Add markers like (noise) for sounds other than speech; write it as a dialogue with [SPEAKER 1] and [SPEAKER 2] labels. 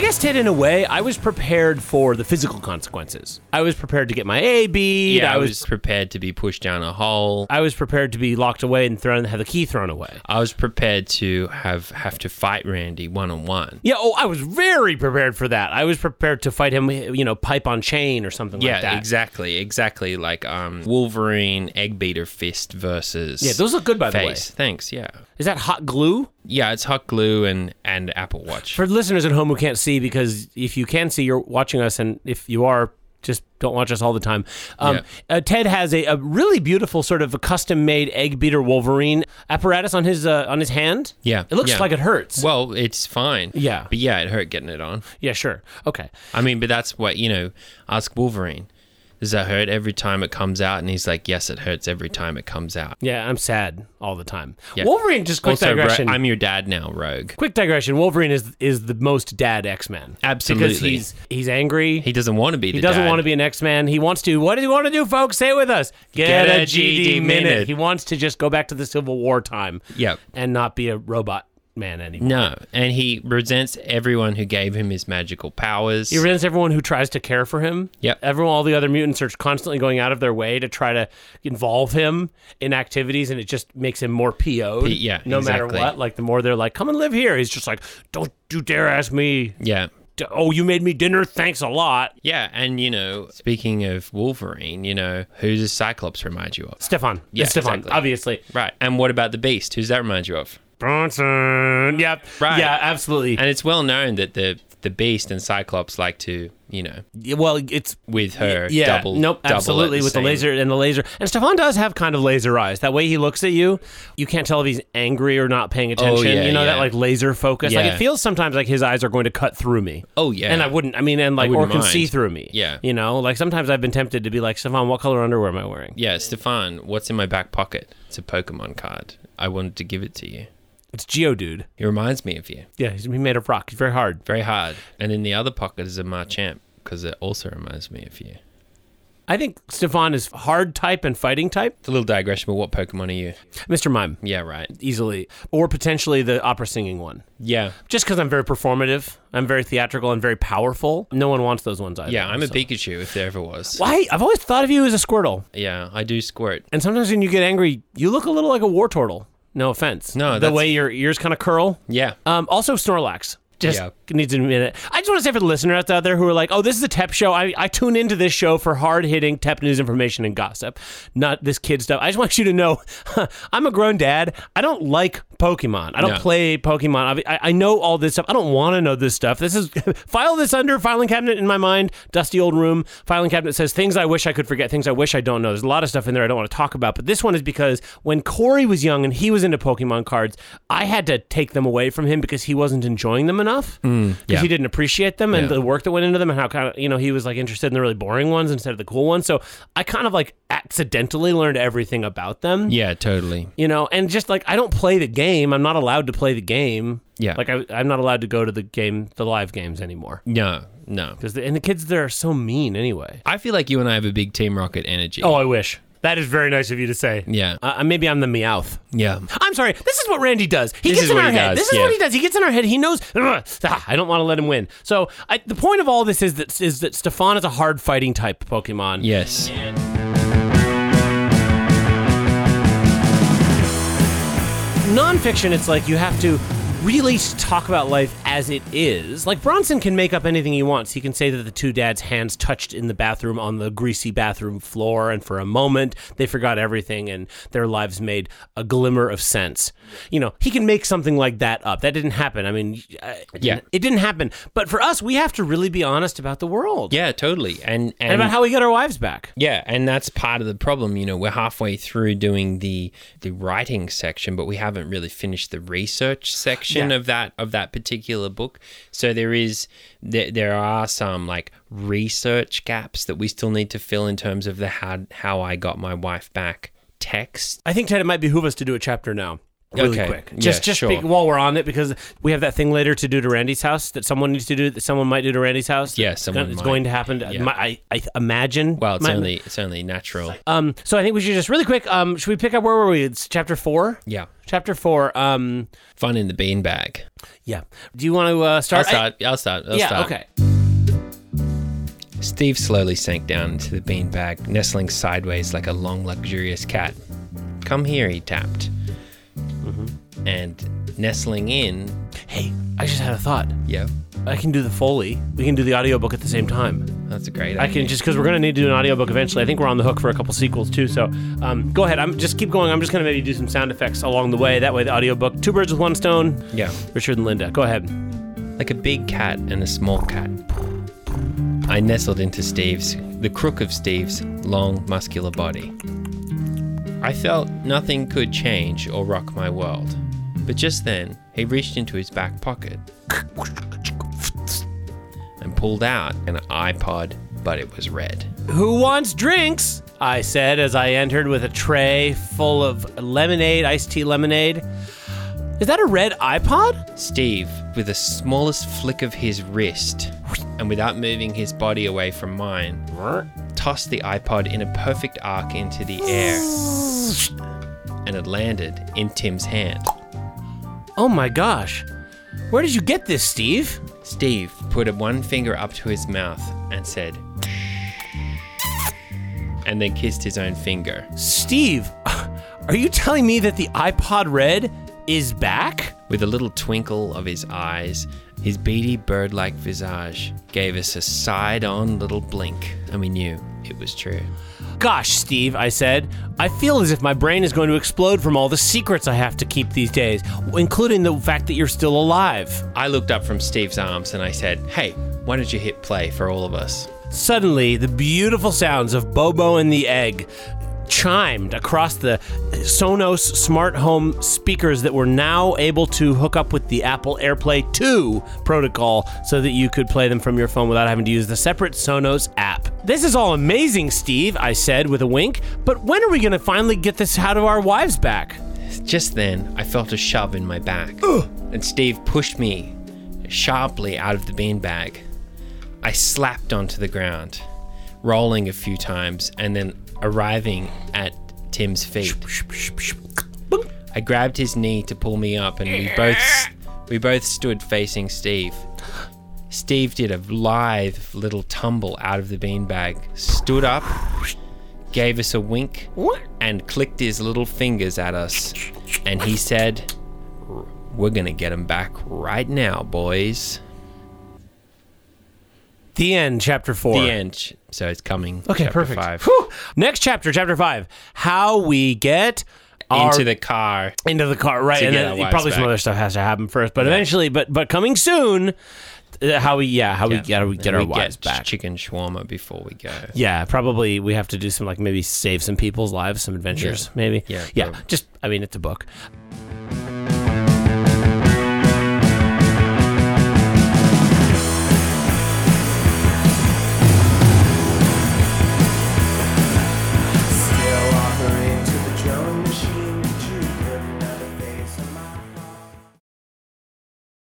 [SPEAKER 1] guess, Ted, in a way, I was prepared for the physical consequences. I was prepared to get my A beat.
[SPEAKER 2] Yeah,
[SPEAKER 1] I was.
[SPEAKER 2] prepared to be pushed down a hole.
[SPEAKER 1] I was prepared to be locked away and thrown, have the key thrown away.
[SPEAKER 2] I was prepared to have have to fight Randy one on one.
[SPEAKER 1] Yeah, oh, I was very prepared for that. I was prepared to fight him, you know, pipe on chain or something
[SPEAKER 2] Yeah,
[SPEAKER 1] like that.
[SPEAKER 2] exactly, exactly. Like um, Wolverine egg beater fist versus
[SPEAKER 1] Yeah, those look good, by the way.
[SPEAKER 2] face. Thanks. Yeah,
[SPEAKER 1] Is that hot glue?
[SPEAKER 2] yeah. It's hot glue and and Apple Watch.
[SPEAKER 1] For listeners at home who can't see, because if you can see, you're watching us, and if you are, just don't watch us all the time. Um,
[SPEAKER 2] Yeah.
[SPEAKER 1] uh, Ted has a, a really beautiful sort of a custom-made egg beater Wolverine apparatus on his uh, on his hand.
[SPEAKER 2] yeah,
[SPEAKER 1] it looks
[SPEAKER 2] yeah.
[SPEAKER 1] like it hurts.
[SPEAKER 2] Well, it's fine.
[SPEAKER 1] Yeah.
[SPEAKER 2] but yeah, it hurt getting it on.
[SPEAKER 1] yeah, sure, okay.
[SPEAKER 2] I mean, but that's what you know. Ask Wolverine. Does that hurt every time it comes out? And he's like, "Yes, it hurts every time it comes out."
[SPEAKER 1] Yeah, I'm sad all the time.
[SPEAKER 2] Yeah.
[SPEAKER 1] Wolverine, just quick
[SPEAKER 2] also, Ro-
[SPEAKER 1] digression.
[SPEAKER 2] I'm your dad now, Rogue.
[SPEAKER 1] quick digression. Wolverine is is the most dad X Man. because
[SPEAKER 2] Absolutely.
[SPEAKER 1] he's he's angry.
[SPEAKER 2] He doesn't want to be. The
[SPEAKER 1] He doesn't
[SPEAKER 2] dad.
[SPEAKER 1] want to be an X Man. He wants to. What does he want to do, folks? Say it with us. Get, a, GD, minute. He wants to just go back to the Civil War time.
[SPEAKER 2] Yep.
[SPEAKER 1] And not be a robot man anymore.
[SPEAKER 2] No, and he resents everyone who gave him his magical powers.
[SPEAKER 1] He resents everyone who tries to care for him.
[SPEAKER 2] Yep.
[SPEAKER 1] Everyone, all the other mutants are constantly going out of their way to try to involve him in activities, and it just makes him more PO'd.
[SPEAKER 2] P- yeah,
[SPEAKER 1] No matter
[SPEAKER 2] exactly.
[SPEAKER 1] what. Like, the more they're like, come and live here, he's just like, don't you dare ask me.
[SPEAKER 2] yeah.
[SPEAKER 1] D- Oh, you made me dinner. Thanks a lot.
[SPEAKER 2] Yeah, and you know, speaking of Wolverine, you know, who does Cyclops remind you of?
[SPEAKER 1] Stefan.
[SPEAKER 2] Yeah,
[SPEAKER 1] It's Stefan,
[SPEAKER 2] exactly.
[SPEAKER 1] obviously.
[SPEAKER 2] Right. And what about the Beast? Who's that remind you of?
[SPEAKER 1] Bronson. Yep.
[SPEAKER 2] Right.
[SPEAKER 1] Yeah, absolutely.
[SPEAKER 2] And it's well known that the the Beast and Cyclops like to, you know,
[SPEAKER 1] Yeah, well, it's
[SPEAKER 2] with her
[SPEAKER 1] yeah.
[SPEAKER 2] double.
[SPEAKER 1] nope,
[SPEAKER 2] double at
[SPEAKER 1] absolutely with the
[SPEAKER 2] same-
[SPEAKER 1] laser and the laser. And Stefan does have kind of laser eyes. That way he looks at you, you can't tell if he's angry or not paying attention.
[SPEAKER 2] Oh, yeah,
[SPEAKER 1] you know that
[SPEAKER 2] yeah.
[SPEAKER 1] like laser focus. Like
[SPEAKER 2] Yeah.
[SPEAKER 1] it feels sometimes like his eyes are going to cut through me.
[SPEAKER 2] Oh, yeah.
[SPEAKER 1] And I wouldn't. I mean, and like or
[SPEAKER 2] wouldn't
[SPEAKER 1] can
[SPEAKER 2] mind.
[SPEAKER 1] see through me.
[SPEAKER 2] Yeah.
[SPEAKER 1] You know, like sometimes I've been tempted to be like Stefan, what color underwear am I wearing?
[SPEAKER 2] Yeah, Stefan, what's in my back pocket? It's a Pokemon card. I wanted to give it to you.
[SPEAKER 1] It's Geodude.
[SPEAKER 2] It reminds me of you.
[SPEAKER 1] Yeah, he's he made of rock. He's very hard.
[SPEAKER 2] Very hard. And in the other pocket is a Marchamp because it also reminds me of you.
[SPEAKER 1] I think Stefan is hard type and fighting type.
[SPEAKER 2] It's a little digression, but what Pokemon are you?
[SPEAKER 1] Mr. Mime.
[SPEAKER 2] Yeah, right.
[SPEAKER 1] Easily, or potentially the opera singing one.
[SPEAKER 2] Yeah.
[SPEAKER 1] just because I'm very performative, I'm very theatrical, I'm very powerful. No one wants those ones either.
[SPEAKER 2] Yeah, I'm a
[SPEAKER 1] so.
[SPEAKER 2] Pikachu if there ever was.
[SPEAKER 1] Why? I've always thought of you as a Squirtle,
[SPEAKER 2] Yeah, I do squirt.
[SPEAKER 1] and sometimes when you get angry, you look a little like a War Turtle. No offense.
[SPEAKER 2] No,
[SPEAKER 1] the
[SPEAKER 2] that's-
[SPEAKER 1] way your ears kind of curl.
[SPEAKER 2] Yeah.
[SPEAKER 1] Um, also Snorlax. Just
[SPEAKER 2] Yeah.
[SPEAKER 1] needs a minute. I just want to say for the listeners out there who are like, "Oh, this is a Tep show. I, I tune into this show for hard hitting Tep news information and gossip, not this kid stuff." I just want you to know, (laughs) I'm a grown dad. I don't like Pokemon. I don't
[SPEAKER 2] No.
[SPEAKER 1] play Pokemon. I, I I know all this stuff. I don't want to know this stuff. This is (laughs) file this under filing cabinet in my mind, dusty old room. Filing cabinet says things I wish I could forget, things I wish I don't know. There's a lot of stuff in there I don't want to talk about, but this one is because when Corey was young and he was into Pokemon cards, I had to take them away from him because he wasn't enjoying them enough because
[SPEAKER 2] Mm, yeah.
[SPEAKER 1] he didn't appreciate them and
[SPEAKER 2] Yeah.
[SPEAKER 1] the work that went into them and how kind of you know he was like interested in the really boring ones instead of the cool ones. So I kind of like accidentally learned everything about them
[SPEAKER 2] Yeah, totally.
[SPEAKER 1] you know and just like i don't play the game i'm not allowed to play the game
[SPEAKER 2] Yeah.
[SPEAKER 1] like I, i'm not allowed to go to the game the live games anymore
[SPEAKER 2] No, no.
[SPEAKER 1] because the, and the kids there are so mean anyway
[SPEAKER 2] I feel like you and I have a big Team Rocket energy.
[SPEAKER 1] oh i wish that is very nice of you to say
[SPEAKER 2] Yeah.
[SPEAKER 1] uh, maybe i'm the meowth
[SPEAKER 2] Yeah.
[SPEAKER 1] I'm sorry. This is what Randy does. He
[SPEAKER 2] This
[SPEAKER 1] gets
[SPEAKER 2] is
[SPEAKER 1] in
[SPEAKER 2] what
[SPEAKER 1] our
[SPEAKER 2] he
[SPEAKER 1] head.
[SPEAKER 2] does,
[SPEAKER 1] This is
[SPEAKER 2] yeah.
[SPEAKER 1] what he does. He gets in our head. He knows. "Ugh, ah, I don't want to let him win. So I, the point of all this is that is that Stefan is a hard fighting type Pokemon.
[SPEAKER 2] Yes.
[SPEAKER 1] nonfiction, it's like you have to really s- talk about life as it is. Like Bronson can make up anything he wants. He can say that the two dads' hands touched in the bathroom on the greasy bathroom floor, and for a moment they forgot everything and their lives made a glimmer of sense. You know, he can make something like that up. That didn't happen. I mean, uh, it
[SPEAKER 2] Yeah.
[SPEAKER 1] didn't- it didn't happen. But for us, we have to really be honest about the world
[SPEAKER 2] Yeah, totally. And
[SPEAKER 1] and
[SPEAKER 2] and,
[SPEAKER 1] about how we got our wives back.
[SPEAKER 2] yeah, and that's part of the problem. You know, we're halfway through doing the the writing section, but we haven't really finished the research section
[SPEAKER 1] Yeah.
[SPEAKER 2] of that of that particular book. So there is there, there are some like research gaps that we still need to fill in terms of the how how I got my wife back text.
[SPEAKER 1] I think Ted, it might behoove us to do a chapter now really
[SPEAKER 2] Okay.
[SPEAKER 1] quick.
[SPEAKER 2] Yeah,
[SPEAKER 1] Just just
[SPEAKER 2] sure.
[SPEAKER 1] be- while we're on it, because we have that thing later to do to Randy's house that someone needs to do that someone might do to Randy's house.
[SPEAKER 2] Yeah,
[SPEAKER 1] It's
[SPEAKER 2] someone
[SPEAKER 1] gonna- It's
[SPEAKER 2] might.
[SPEAKER 1] going to happen. To,
[SPEAKER 2] Yeah.
[SPEAKER 1] my, I I imagine.
[SPEAKER 2] Well, it's
[SPEAKER 1] might-
[SPEAKER 2] only it's only natural.
[SPEAKER 1] Um, so I think we should just really quick. Um, should we pick up where were we? It's chapter four.
[SPEAKER 2] Yeah,
[SPEAKER 1] Chapter four. Um,
[SPEAKER 2] fun in the beanbag.
[SPEAKER 1] yeah. Do you want to uh,
[SPEAKER 2] I'll
[SPEAKER 1] start? I-
[SPEAKER 2] start. I'll start. I'll
[SPEAKER 1] yeah.
[SPEAKER 2] start.
[SPEAKER 1] Okay.
[SPEAKER 2] Steve slowly sank down into the beanbag, nestling sideways like a long, luxurious cat. Come here, he tapped. And nestling in,
[SPEAKER 1] Hey, I just had a thought.
[SPEAKER 2] yeah,
[SPEAKER 1] I can do the Foley. We can do the audiobook at the same time.
[SPEAKER 2] that's a great
[SPEAKER 1] I can just because we're gonna need to do an audiobook eventually. I think we're on the hook for a couple sequels too. So um, go ahead. I'm just keep going. I'm just gonna maybe do some sound effects along the way. That way, the audiobook, two birds with one stone.
[SPEAKER 2] Yeah,
[SPEAKER 1] Richard and Linda, go ahead.
[SPEAKER 2] like a big cat and a small cat. I nestled into Steve's, the crook of Steve's long, muscular body. I felt nothing could change or rock my world. But just then, he reached into his back pocket and pulled out an iPod, but it was red.
[SPEAKER 1] Who wants drinks? I said as I entered with a tray full of lemonade, iced tea lemonade. Is that a red iPod?
[SPEAKER 2] Steve, with the smallest flick of his wrist, and without moving his body away from mine, tossed the iPod in a perfect arc into the air, and it landed in Tim's hand.
[SPEAKER 1] Oh my gosh. Where did you get this, Steve?
[SPEAKER 2] Steve put one finger up to his mouth and said, and then kissed his own finger.
[SPEAKER 1] Steve, (laughs) are you telling me that the iPod Red is back?
[SPEAKER 2] With a little twinkle of his eyes, his beady bird like visage gave us a side on little blink, and we knew it was true.
[SPEAKER 1] Gosh, Steve, I said, I feel as if my brain is going to explode from all the secrets I have to keep these days, including the fact that you're still alive.
[SPEAKER 2] I looked up from Steve's arms and I said, Hey, why don't you hit play for all of us?
[SPEAKER 1] Suddenly, the beautiful sounds of Bobo and the Egg chimed across the Sonos smart home speakers that were now able to hook up with the Apple AirPlay 2 protocol so that you could play them from your phone without having to use the separate Sonos app. This is all amazing, Steve, I said with a wink, but when are we going to finally get this out of our wives back?
[SPEAKER 2] Just then, I felt a shove in my back, and Steve pushed me sharply out of the beanbag. I slapped onto the ground, rolling a few times and then arriving at Tim's feet. I grabbed his knee to pull me up, and we both we both stood facing Steve. Steve did a lithe little tumble out of the beanbag, stood up, gave us a wink, and clicked his little fingers at us. And he said, "We're gonna get him back right now, boys."
[SPEAKER 1] The end, chapter 4.
[SPEAKER 2] The end. So it's coming.
[SPEAKER 1] Okay,
[SPEAKER 2] chapter
[SPEAKER 1] perfect.
[SPEAKER 2] Five.
[SPEAKER 1] Whew. Next chapter, chapter 5. How we get our
[SPEAKER 2] Into the car.
[SPEAKER 1] into the car, right?
[SPEAKER 2] To
[SPEAKER 1] And
[SPEAKER 2] get
[SPEAKER 1] then
[SPEAKER 2] our wives
[SPEAKER 1] probably some
[SPEAKER 2] back.
[SPEAKER 1] other stuff has to happen first, but eventually, but but coming soon. uh, How we yeah how we get how we
[SPEAKER 2] And
[SPEAKER 1] get our wives back?
[SPEAKER 2] Chicken shawarma before we go.
[SPEAKER 1] yeah, probably we have to do some like maybe save some people's lives, some adventures, maybe.
[SPEAKER 2] Yeah,
[SPEAKER 1] yeah.
[SPEAKER 2] probably.
[SPEAKER 1] Just I mean, it's a book.